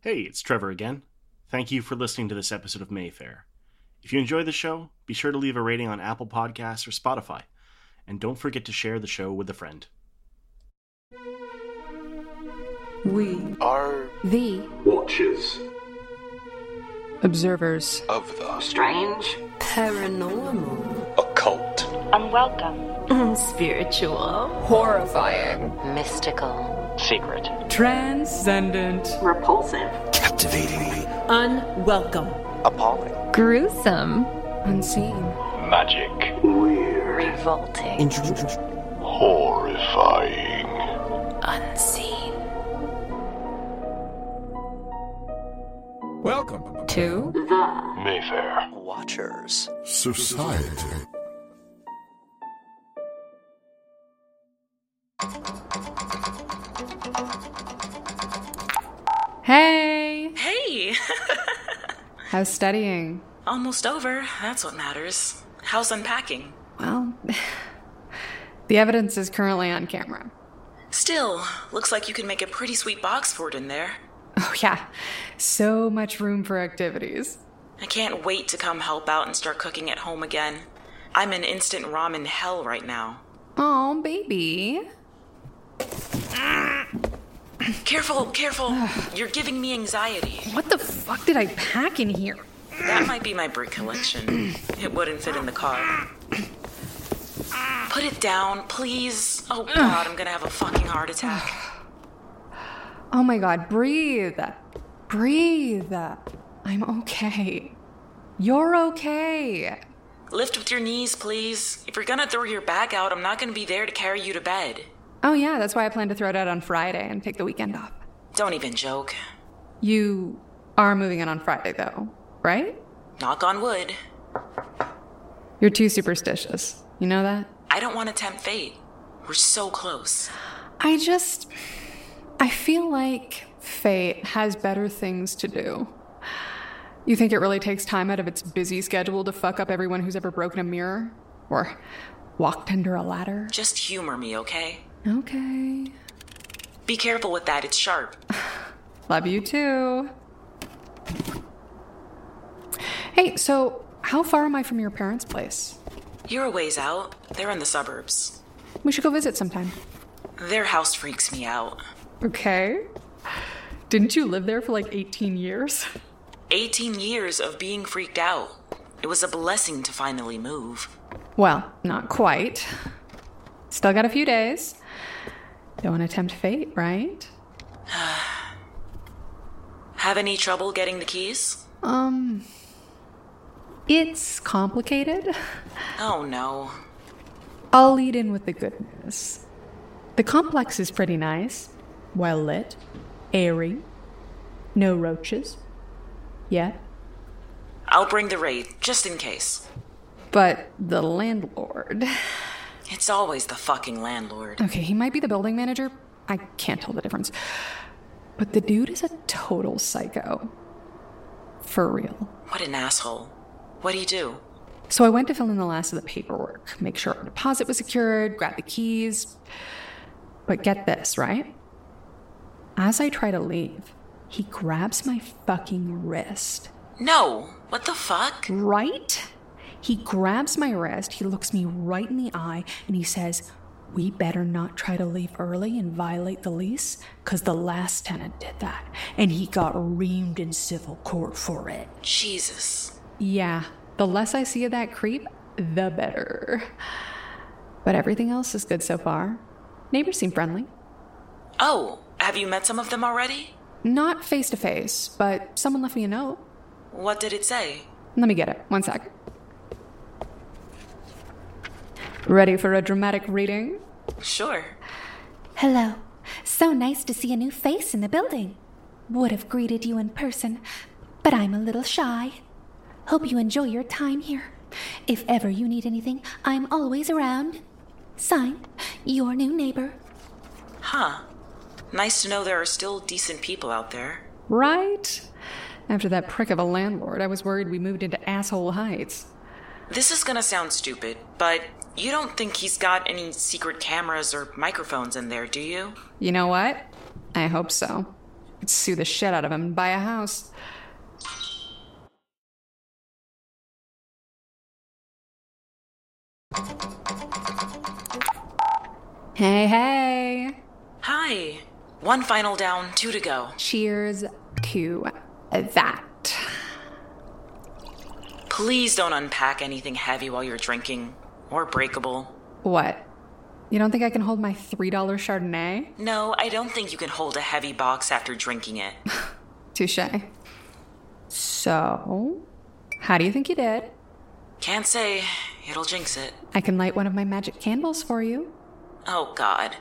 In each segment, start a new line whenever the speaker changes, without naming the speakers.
Hey, it's Trevor again. Thank you for listening to this episode of Mayfair. If you enjoy the show, be sure to leave a rating on Apple Podcasts or Spotify. And don't forget to share the show with a friend.
We
are
The
watchers
observers.
of the
strange,
paranormal,
occult.
unwelcome,
spiritual,
Horrifying.
mystical,
secret.
Transcendent.
repulsive,
Captivating.
unwelcome,
Appalling.
gruesome, unseen.
Magic.
Weird.
revolting,
Horrifying.
Unseen.
Welcome.
Two.
the
Mayfair.
Watchers.
Society.
Hey,
Hey!
how's studying?
Almost over. That's what matters. How's unpacking?
Well, the evidence is currently on camera.
Still, looks like you can make a pretty sweet box fort in there.
Oh, yeah. So much room for activities.
I can't wait to come help out and start cooking at home again. I'm in instant ramen hell right now.
Oh, baby.
Careful, careful. You're giving me anxiety.
What the fuck did I pack in here?
That might be my brick collection. It wouldn't fit in the car. Put it down, please. Oh god, I'm gonna have a fucking heart attack.
Oh my god, breathe. Breathe. I'm okay. You're okay.
Lift with your knees, please. If you're gonna throw your bag out, I'm not gonna be there to carry you to bed.
Oh, yeah, that's why I plan to throw it out on Friday and take the weekend off.
Don't even joke.
You are moving in on Friday, though, right?
Knock on wood.
You're too superstitious. You know that?
I don't want to tempt fate. We're so close.
I just. I feel like fate has better things to do. You think it really takes time out of its busy schedule to fuck up everyone who's ever broken a mirror? Or walked under a ladder?
Just humor me, okay?
Okay.
Be careful with that, it's sharp.
Love you too. Hey, so how far am I from your parents' place?
You're a ways out. They're in the suburbs.
We should go visit sometime.
Their house freaks me out.
Okay. Didn't you live there for like 18 years?
18 years of being freaked out. It was a blessing to finally move.
Well, not quite. Still got a few days. Don't attempt fate, right?
Have any trouble getting the keys?
Um, it's complicated.
Oh no.
I'll lead in with the good news. The complex is pretty nice, well lit, airy, no roaches. Yet.
I'll bring the raid, just in case.
But the landlord.
It's always the fucking landlord.
Okay, he might be the building manager. I can't tell the difference. But the dude is a total psycho. For real.
What an asshole. What'd he do?
So I went to fill in the last of the paperwork, make sure our deposit was secured, grab the keys. But get this, right? As I try to leave, he grabs my fucking wrist.
No! What the fuck?
Right? He grabs my wrist, he looks me right in the eye, and he says, We better not try to leave early and violate the lease, because the last tenant did that, and he got reamed in civil court for it.
Jesus.
Yeah, the less I see of that creep, the better. But everything else is good so far. Neighbors seem friendly.
Oh, have you met some of them already?
Not face to face, but someone left me a note.
What did it say?
Let me get it. One sec. Ready for a dramatic reading?
Sure.
Hello. So nice to see a new face in the building. Would have greeted you in person, but I'm a little shy. Hope you enjoy your time here. If ever you need anything, I'm always around. Signed, your new neighbor.
Huh. Nice to know there are still decent people out there.
Right? After that prick of a landlord, I was worried we moved into asshole heights.
This is gonna sound stupid, but you don't think he's got any secret cameras or microphones in there, do you?
You know what? I hope so. I'd sue the shit out of him and buy a house. Hey, hey.
Hi. One final down, two to go.
Cheers to that.
Please don't unpack anything heavy while you're drinking or breakable.
What? You don't think I can hold my $3 Chardonnay?
No, I don't think you can hold a heavy box after drinking it.
Touche. So, how do you think you did?
Can't say it'll jinx it.
I can light one of my magic candles for you.
Oh, God.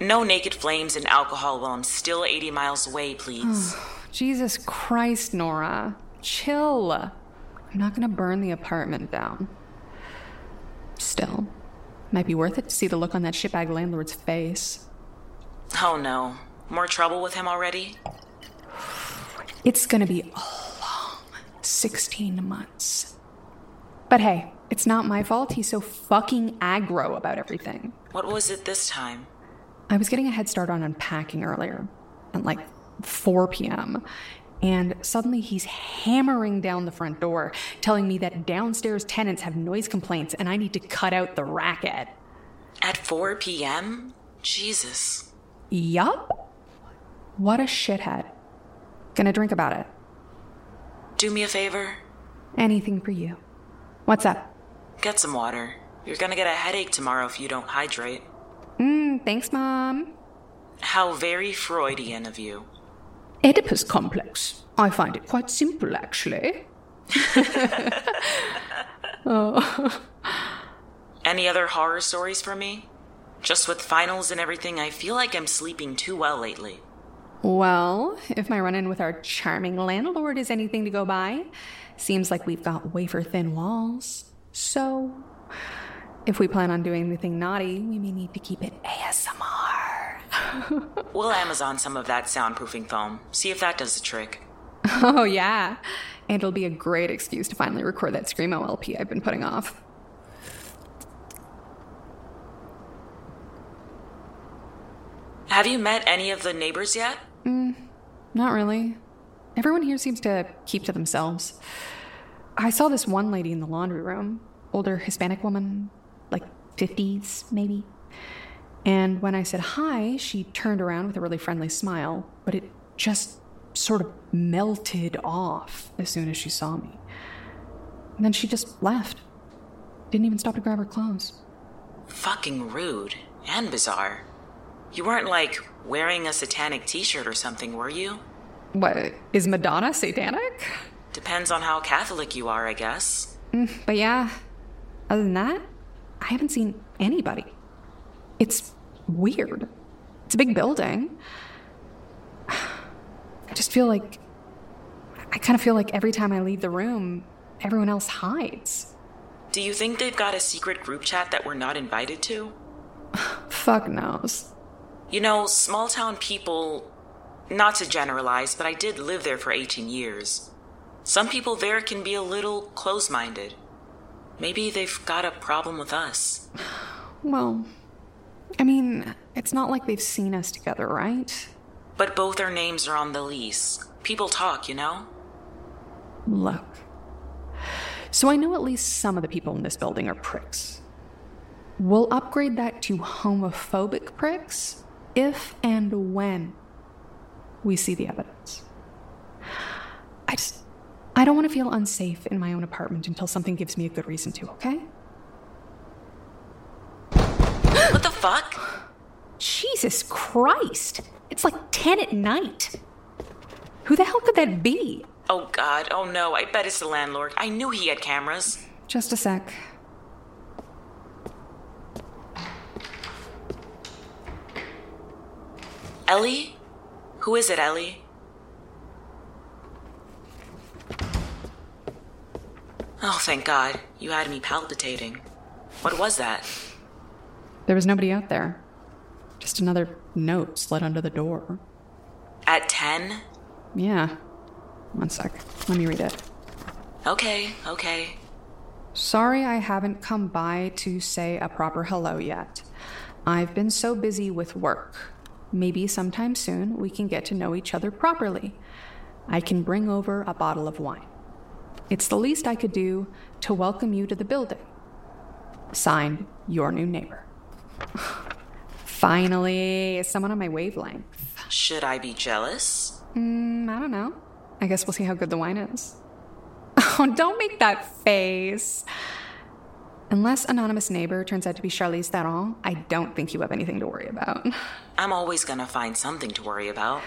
No naked flames and alcohol while I'm still 80 miles away, please.
Jesus Christ, Nora. Chill. I'm not gonna burn the apartment down. Still, might be worth it to see the look on that shitbag landlord's face.
oh, no. More trouble with him already?
It's gonna be a long 16 months. But hey, it's not my fault he's so fucking aggro about everything.
What was it this time?
I was getting a head start on unpacking earlier at like 4 p.m. And suddenly he's hammering down the front door, telling me that downstairs tenants have noise complaints and I need to cut out the racket.
At 4 p.m.? Jesus.
Yup. What a shithead. Gonna drink about it.
Do me a favor.
Anything for you. What's up?
Get some water. You're gonna get a headache tomorrow if you don't hydrate.
Mm, thanks, Mom.
How very Freudian of you.
Oedipus complex. I find it quite simple, actually. oh.
Any other horror stories for me? Just with finals and everything, I feel like I'm sleeping too well lately.
Well, if my run in with our charming landlord is anything to go by, seems like we've got wafer thin walls. So, if we plan on doing anything naughty, we may need to keep it ASMR.
We'll Amazon some of that soundproofing foam, see if that does the trick.
Oh, yeah. And it'll be a great excuse to finally record that Screamo LP I've been putting off.
Have you met any of the neighbors yet?
Not really. Everyone here seems to keep to themselves. I saw this one lady in the laundry room, older Hispanic woman, like 50s maybe. And when I said hi, she turned around with a really friendly smile, but it just sort of melted off as soon as she saw me. And then she just left. Didn't even stop to grab her clothes.
Fucking rude and bizarre. You weren't like wearing a satanic t shirt or something, were you?
What? Is Madonna satanic?
Depends on how Catholic you are, I guess.
But yeah, other than that, I haven't seen anybody. It's weird. It's a big building. I just feel like. I kind of feel like every time I leave the room, everyone else hides.
Do you think they've got a secret group chat that we're not invited to?
Fuck knows.
You know, small town people, not to generalize, but I did live there for 18 years. Some people there can be a little close minded. Maybe they've got a problem with us.
Well, I mean, it's not like they've seen us together, right?
But both our names are on the lease. People talk, you know?
Look. So I know at least some of the people in this building are pricks. We'll upgrade that to homophobic pricks if and when we see the evidence. I just, I don't want to feel unsafe in my own apartment until something gives me a good reason to, okay?
What the fuck?
Jesus Christ! It's like 10 at night. Who the hell could that be?
Oh god, oh no, I bet it's the landlord. I knew he had cameras.
Just a sec.
Ellie? Who is it, Ellie? Oh, thank God. You had me palpitating. What was that?
There was nobody out there. Just another note slid under the door.
At 10?
Yeah. One sec. Let me read it.
Okay, okay.
Sorry I haven't come by to say a proper hello yet. I've been so busy with work. Maybe sometime soon we can get to know each other properly. I can bring over a bottle of wine. It's the least I could do to welcome you to the building. Signed, your new neighbor. Finally, someone on my wavelength.
Should I be jealous?
Mm, I don't know. I guess we'll see how good the wine is. Oh, don't make that face. Unless anonymous neighbor turns out to be Charlize Theron, I don't think you have anything to worry about.
I'm always gonna find something to worry about.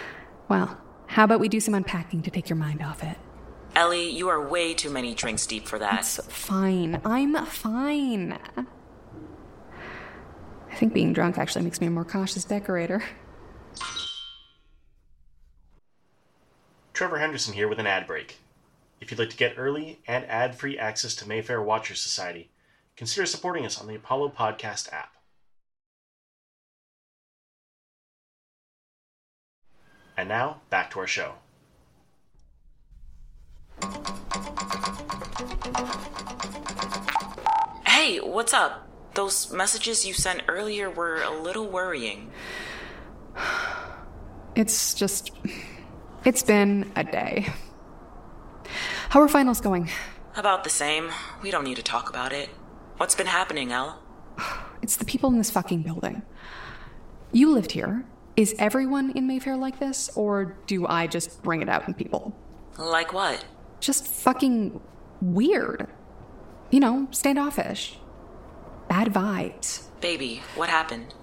Well, how about we do some unpacking to take your mind off it?
Ellie, you are way too many drinks deep for that.
It's fine. I'm fine. I think being drunk actually makes me a more cautious decorator.
Trevor Henderson here with an ad break. If you'd like to get early and ad free access to Mayfair Watchers Society, consider supporting us on the Apollo Podcast app. And now, back to our show.
Hey, what's up? Those messages you sent earlier were a little worrying.
It's just. It's been a day. How are finals going?
About the same. We don't need to talk about it. What's been happening, Elle?
It's the people in this fucking building. You lived here. Is everyone in Mayfair like this, or do I just bring it out in people?
Like what?
Just fucking weird. You know, standoffish. Bad vibes.
Baby, what happened?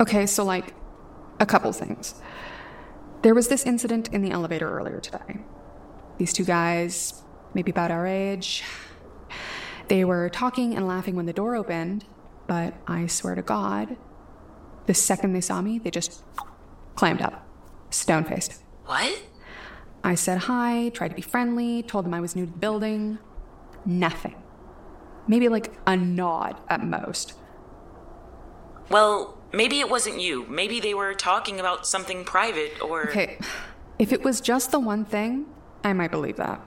Okay, so like a couple things. There was this incident in the elevator earlier today. These two guys, maybe about our age, they were talking and laughing when the door opened, but I swear to God, the second they saw me, they just clammed up, stone faced.
What?
I said hi, tried to be friendly, told them I was new to the building. Nothing. Maybe like a nod at most.
Well, maybe it wasn't you. Maybe they were talking about something private or.
Okay, if it was just the one thing, I might believe that.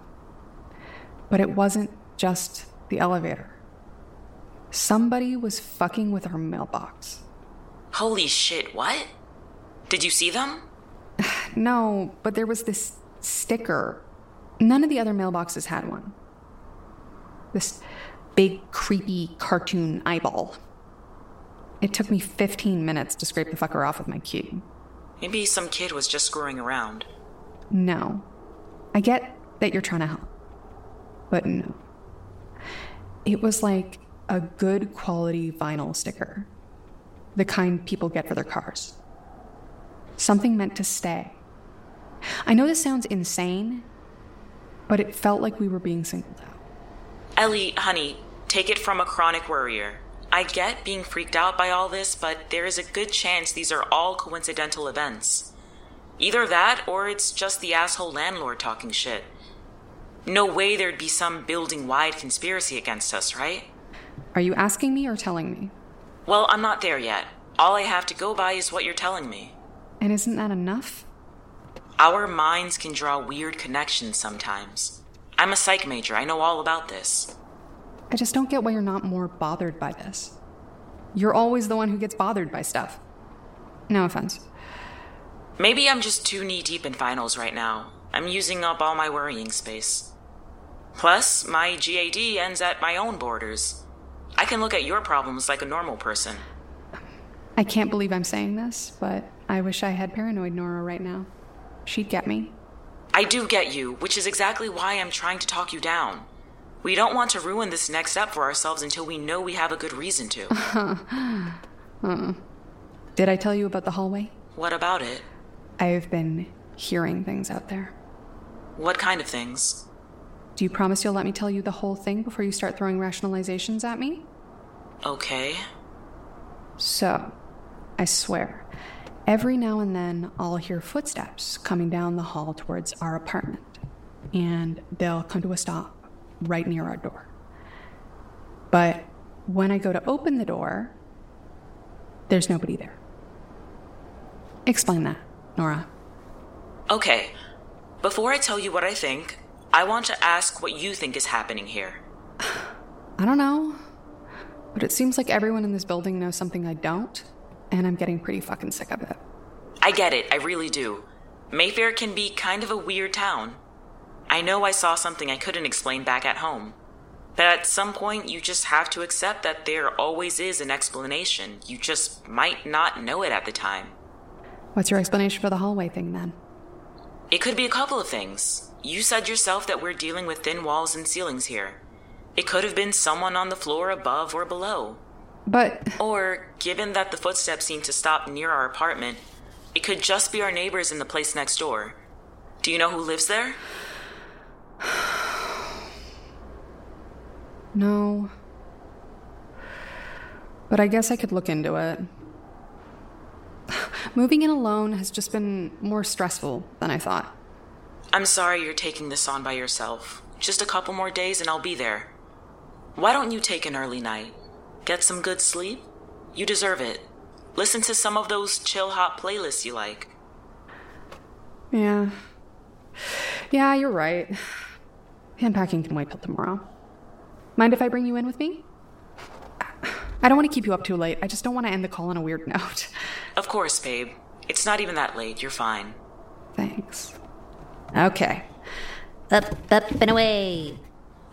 But it wasn't just the elevator. Somebody was fucking with our mailbox.
Holy shit, what? Did you see them?
No, but there was this sticker. None of the other mailboxes had one. This big, creepy cartoon eyeball. It took me 15 minutes to scrape the fucker off with my cube.
Maybe some kid was just screwing around.
No. I get that you're trying to help. But no. It was like a good quality vinyl sticker. The kind people get for their cars. Something meant to stay. I know this sounds insane, but it felt like we were being singled out.
Ellie, honey, take it from a chronic worrier. I get being freaked out by all this, but there is a good chance these are all coincidental events. Either that, or it's just the asshole landlord talking shit. No way there'd be some building wide conspiracy against us, right?
Are you asking me or telling me?
Well, I'm not there yet. All I have to go by is what you're telling me.
And isn't that enough?
Our minds can draw weird connections sometimes. I'm a psych major, I know all about this.
I just don't get why you're not more bothered by this. You're always the one who gets bothered by stuff. No offense.
Maybe I'm just too knee deep in finals right now. I'm using up all my worrying space. Plus, my GAD ends at my own borders. I can look at your problems like a normal person.
I can't believe I'm saying this, but I wish I had paranoid Nora right now. She'd get me.
I do get you, which is exactly why I'm trying to talk you down. We don't want to ruin this next step for ourselves until we know we have a good reason to.
Did I tell you about the hallway?
what about it?
I've been hearing things out there.
What kind of things?
Do you promise you'll let me tell you the whole thing before you start throwing rationalizations at me?
Okay.
So, I swear, every now and then I'll hear footsteps coming down the hall towards our apartment, and they'll come to a stop right near our door. But when I go to open the door, there's nobody there. Explain that, Nora.
Okay. Before I tell you what I think, I want to ask what you think is happening here.
I don't know, but it seems like everyone in this building knows something I don't, and I'm getting pretty fucking sick of it.
I get it, I really do. Mayfair can be kind of a weird town. I know I saw something I couldn't explain back at home. But at some point, you just have to accept that there always is an explanation. You just might not know it at the time.
What's your explanation for the hallway thing then?
It could be a couple of things. You said yourself that we're dealing with thin walls and ceilings here. It could have been someone on the floor above or below.
But
Or, given that the footsteps seem to stop near our apartment, it could just be our neighbors in the place next door. Do you know who lives there?
no. But I guess I could look into it. Moving in alone has just been more stressful than I thought.
I'm sorry you're taking this on by yourself. Just a couple more days and I'll be there. Why don't you take an early night? Get some good sleep? You deserve it. Listen to some of those chill hop playlists you like.
Yeah. Yeah, you're right. Unpacking can wait till tomorrow. Mind if I bring you in with me? I don't want to keep you up too late. I just don't want to end the call on a weird note.
Of course, babe. It's not even that late. You're fine.
Thanks. Okay.
Up, up, and away.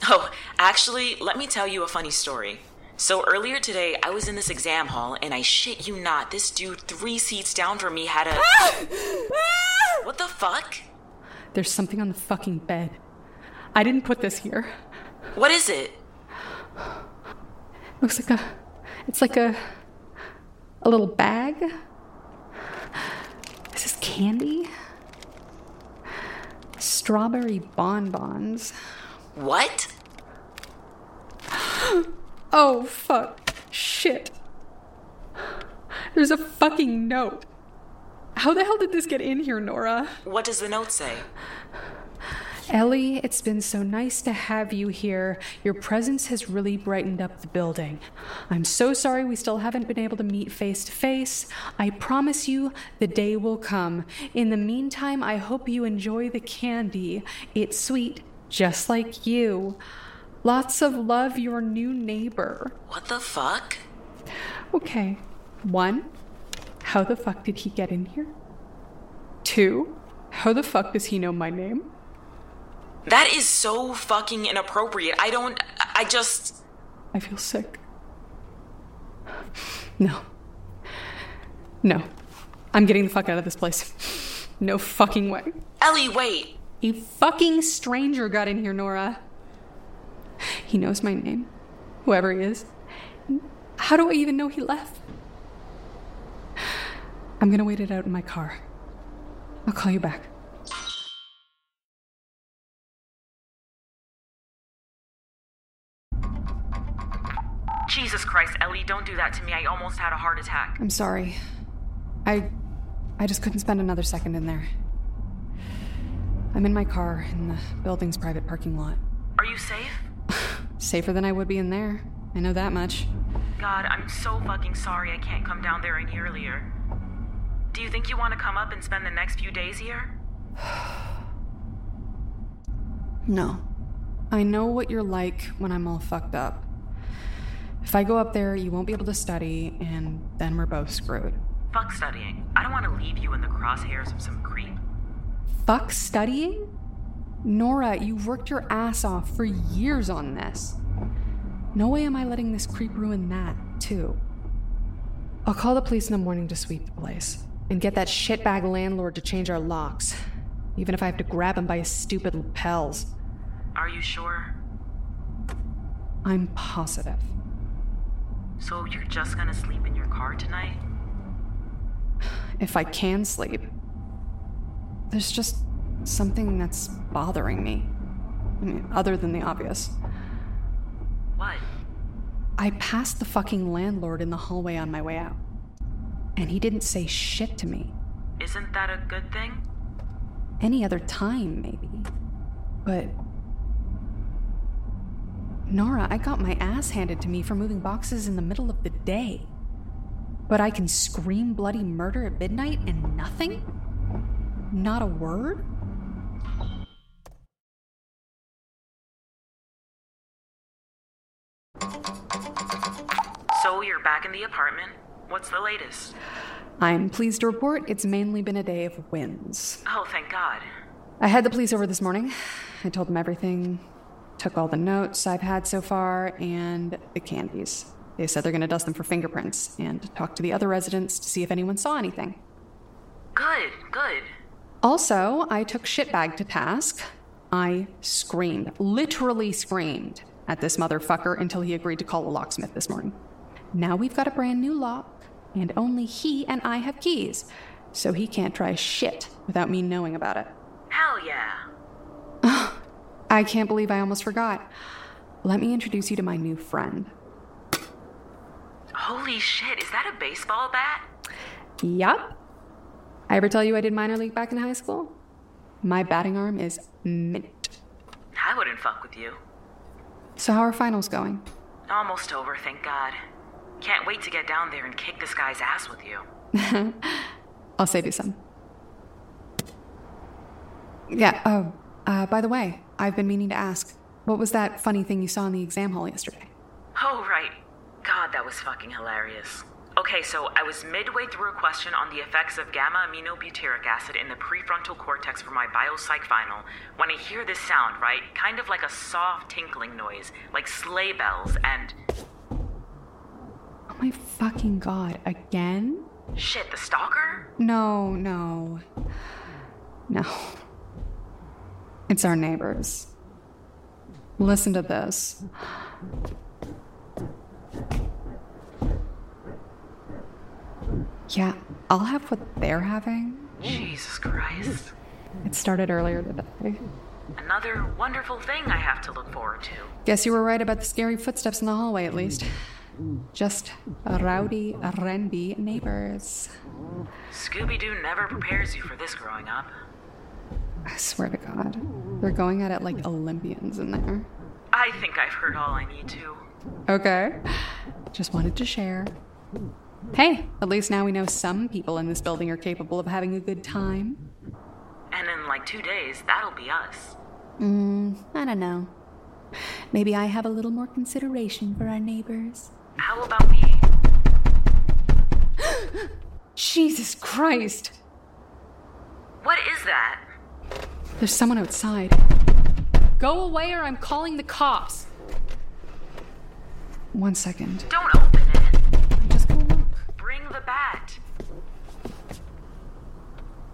Oh, actually, let me tell you a funny story. So earlier today, I was in this exam hall, and I shit you not, this dude three seats down from me had a. what the fuck?
There's something on the fucking bed. I didn't put this here.
What is it?
Looks like a. It's like a. a little bag. Is this candy? Strawberry bonbons.
What?
Oh, fuck. Shit. There's a fucking note. How the hell did this get in here, Nora?
What does the note say?
Ellie, it's been so nice to have you here. Your presence has really brightened up the building. I'm so sorry we still haven't been able to meet face to face. I promise you the day will come. In the meantime, I hope you enjoy the candy. It's sweet, just like you. Lots of love, your new neighbor.
What the fuck?
Okay. One, how the fuck did he get in here? Two, how the fuck does he know my name?
That is so fucking inappropriate. I don't. I just.
I feel sick. No. No. I'm getting the fuck out of this place. No fucking way.
Ellie, wait.
A fucking stranger got in here, Nora. He knows my name, whoever he is. How do I even know he left? I'm gonna wait it out in my car. I'll call you back.
Jesus Christ, Ellie, don't do that to me. I almost had a heart attack.
I'm sorry. I I just couldn't spend another second in there. I'm in my car in the building's private parking lot.
Are you safe?
Safer than I would be in there. I know that much.
God, I'm so fucking sorry I can't come down there any earlier. Do you think you want to come up and spend the next few days here?
No. I know what you're like when I'm all fucked up. If I go up there, you won't be able to study, and then we're both screwed.
Fuck studying. I don't want to leave you in the crosshairs of some creep.
Fuck studying? Nora, you've worked your ass off for years on this. No way am I letting this creep ruin that, too. I'll call the police in the morning to sweep the place and get that shitbag landlord to change our locks, even if I have to grab him by his stupid lapels.
Are you sure?
I'm positive.
So you're just gonna sleep in your car tonight?
If I can sleep, there's just something that's bothering me. I mean, other than the obvious.
What?
I passed the fucking landlord in the hallway on my way out, and he didn't say shit to me.
Isn't that a good thing?
Any other time, maybe. But. Nora, I got my ass handed to me for moving boxes in the middle of the day. But I can scream bloody murder at midnight and nothing? Not a word?
So you're back in the apartment. What's the latest?
I'm pleased to report it's mainly been a day of wins.
Oh, thank God.
I had the police over this morning. I told them everything, took all the notes I've had so far, and the candies. They said they're going to dust them for fingerprints and talk to the other residents to see if anyone saw anything.
Good, good.
Also, I took shitbag to task. I screamed, literally screamed, at this motherfucker until he agreed to call a locksmith this morning. Now we've got a brand new lock, and only he and I have keys, so he can't try shit without me knowing about it.
Hell yeah.
I can't believe I almost forgot. Let me introduce you to my new friend.
Holy shit, is that a baseball bat?
Yup. I ever tell you I did minor league back in high school? My batting arm is mint.
I wouldn't fuck with you.
So, how are finals going?
Almost over, thank God. Can't wait to get down there and kick this guy's ass with you.
I'll save you some. Yeah, oh, uh, by the way, I've been meaning to ask what was that funny thing you saw in the exam hall yesterday?
Oh, right. God, that was fucking hilarious. Okay, so I was midway through a question on the effects of gamma aminobutyric acid in the prefrontal cortex for my biopsych final when I hear this sound, right? Kind of like a soft tinkling noise, like sleigh bells, and
Oh my fucking god, again?
shit, the stalker?
No, no. No. It's our neighbors. Listen to this. Yeah, I'll have what they're having.
Jesus Christ.
It started earlier today.
Another wonderful thing I have to look forward to.
Guess you were right about the scary footsteps in the hallway, at least. Just rowdy, renby neighbors.
Scooby Doo never prepares you for this growing up.
I swear to God, they're going at it like Olympians in there.
I think I've heard all I need to.
Okay. Just wanted to share. Hey, at least now we know some people in this building are capable of having a good time.
And in like two days, that'll be us.
I don't know.
Maybe I have a little more consideration for our neighbors.
How about we.
Jesus Christ!
What is that?
There's someone outside. Go away or I'm calling the cops! One second.
Don't open it.
Just go look.
Bring the bat.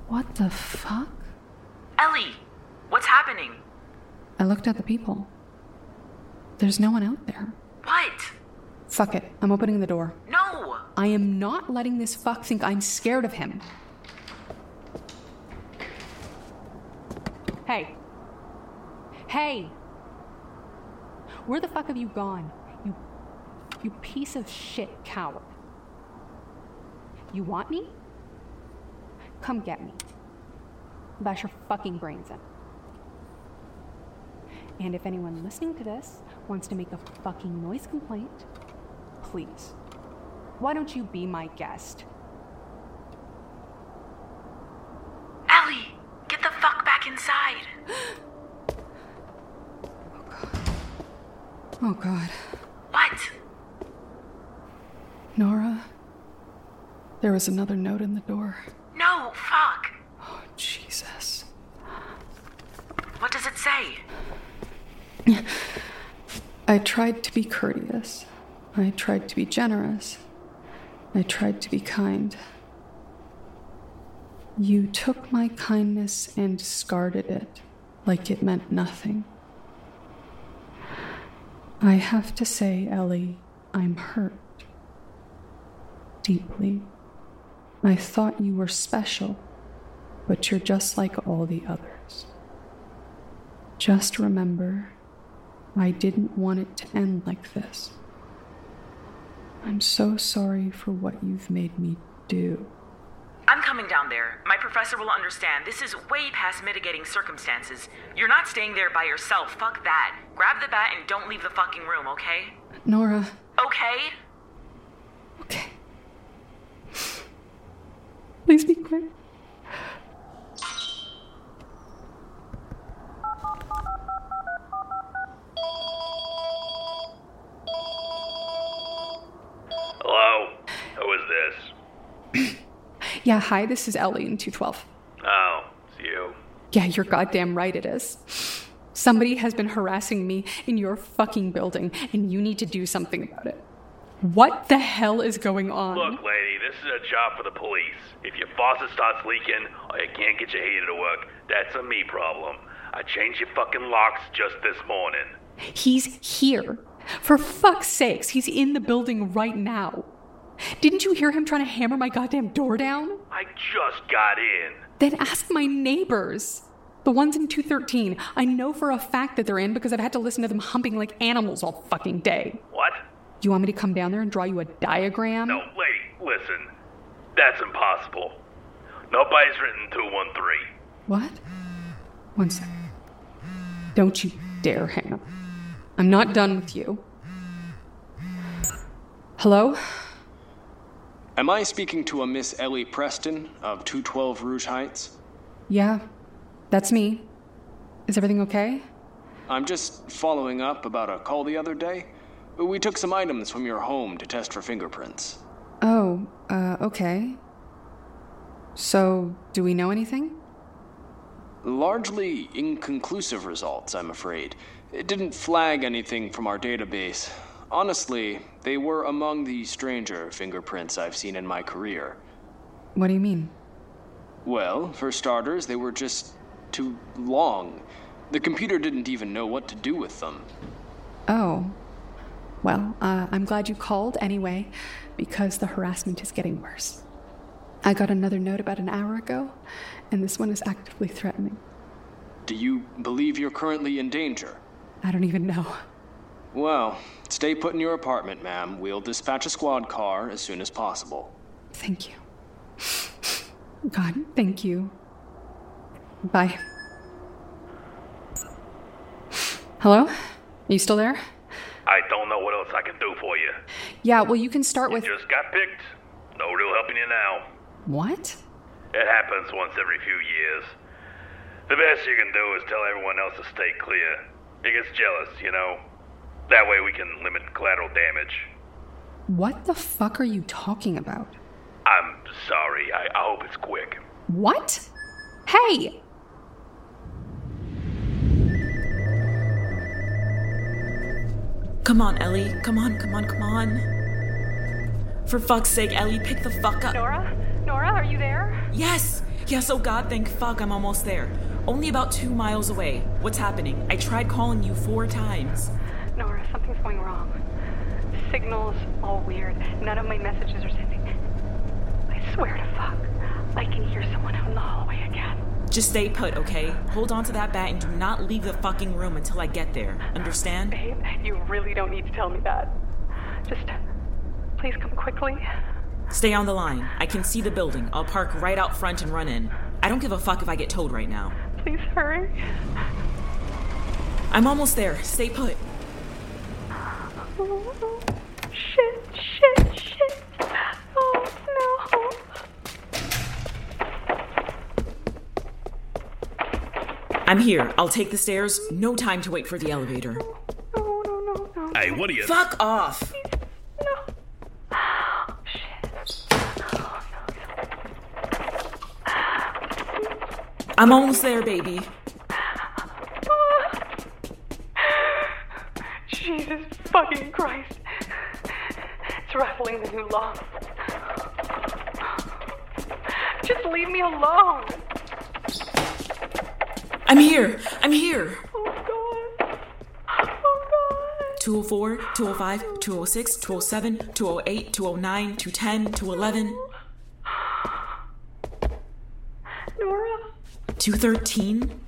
What the fuck?
Ellie, what's happening?
I looked at the people. There's no one out there.
What?
Fuck it. I'm opening the door.
No!
I am not letting this fuck think I'm scared of him. Hey. Hey. Where the fuck have you gone? You you piece of shit coward. You want me? Come get me. Bash your fucking brains in. And if anyone listening to this wants to make a fucking noise complaint, please. Why don't you be my guest?
Ellie, get the fuck back inside.
Oh, God.
What?
Nora? There was another note in the door.
No, fuck.
Oh, Jesus.
What does it say?
I tried to be courteous. I tried to be generous. I tried to be kind. You took my kindness and discarded it like it meant nothing. I have to say, Ellie, I'm hurt. Deeply. I thought you were special, but you're just like all the others. Just remember I didn't want it to end like this. I'm so sorry for what you've made me do.
I'm coming down there. My professor will understand. This is way past mitigating circumstances. You're not staying there by yourself. Fuck that. Grab the bat and don't leave the fucking room, okay?
Nora,
Okay?
okay. Please be quick.
Hello? Who is this?
Yeah, hi, this is Ellie in 212.
Oh, it's you.
Yeah, you're goddamn right it is. Somebody has been harassing me in your fucking building, and you need to do something about it. What the hell is going on?
Look, lady, this is a job for the police. If your faucet starts leaking or you can't get your heater to work, that's a me problem. I changed your fucking locks just this morning.
He's here. For fuck's sakes, he's in the building right now. Didn't you hear him trying to hammer my goddamn door down?
I just got in.
Then ask my neighbors. The ones in 213. I know for a fact that they're in because I've had to listen to them humping like animals all fucking day.
What?
You want me to come down there and draw you a diagram?
No, lady, listen. That's impossible. Nobody's written 213.
What? One second. Don't you dare hang up. I'm not done with you. Hello?
Am I speaking to a Miss Ellie Preston of 212 Rouge Heights?
Yeah, that's me. Is everything okay?
I'm just following up about a call the other day. We took some items from your home to test for fingerprints.
Oh, uh, okay. So, do we know anything?
Largely inconclusive results, I'm afraid. It didn't flag anything from our database. Honestly, they were among the stranger fingerprints I've seen in my career.
What do you mean?
Well, for starters, they were just too long. The computer didn't even know what to do with them.
Oh. Well, uh, I'm glad you called anyway, because the harassment is getting worse. I got another note about an hour ago, and this one is actively threatening.
Do you believe you're currently in danger?
I don't even know.
Well, stay put in your apartment, ma'am. We'll dispatch a squad car as soon as possible.
Thank you. God, thank you. Bye. Hello? Are you still there?
I don't know what else I can do for you.
Yeah, well, you can start
You
with.
just got picked. No real helping you now.
What?
It happens once every few years. The best you can do is tell everyone else to stay clear. It gets jealous, you know. That way we can limit collateral damage.
What the fuck are you talking about?
I'm sorry. I, I hope it's quick.
What? Hey!
Come on, Ellie. Come on, come on, come on. For fuck's sake, Ellie, pick the fuck up.
Nora? Nora, are you there?
Yes! Yes, oh god, thank fuck, I'm almost there. Only about two miles away. What's happening? I tried calling you four times.
Nora, something's going wrong. Signals all weird. None of my messages are sending. I swear to fuck, I can hear someone out in the hallway again.
Just stay put, okay? Hold on to that bat and do not leave the fucking room until I get there. Understand?
Babe, you really don't need to tell me that. Just please come quickly.
Stay on the line. I can see the building. I'll park right out front and run in. I don't give a fuck if I get towed right now.
Please hurry.
I'm almost there. Stay put.
Shit, shit, shit. Oh no.
I'm here. I'll take the stairs. No time to wait for the elevator.
Hey, what are you?
Fuck off! I'm almost there, baby.
Jesus fucking Christ. It's rattling the new law. Just leave me alone.
I'm here. I'm here. Oh, God. 204, 205, 206, 207, 208, 209, 210, 211,
Nora,
213.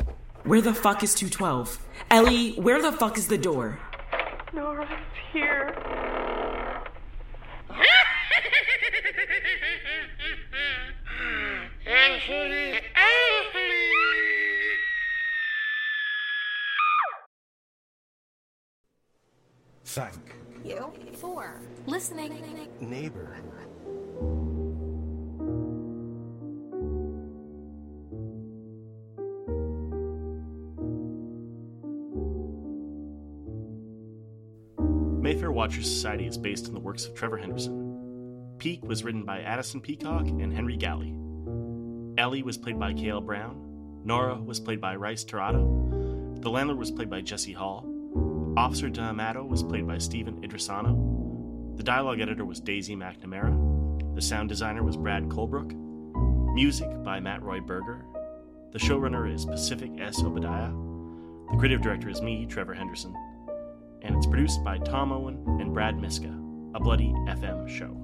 Where the fuck is 212? Ellie, where the fuck is the door?
Nora's here.
Anthony
Thank
You for listening.
neighbor.
Mayfair Watchers Society is based on the works of Trevor Henderson. Peak was written by Addison Peacock and Henry Galley. Ellie was played by Cale Brown. Nora was played by Rice Torado. The landlord was played by Jesse Hall. Officer D'Amato was played by Stephen Idrisano. The dialogue editor was Daisy McNamara. The sound designer was Brad Colebrook. Music by Matt Roy Berger. The showrunner is Pacific S. Obadiah. The creative director is me, Trevor Henderson. And it's produced by Tom Owen and Brad Miska, a bloody FM show.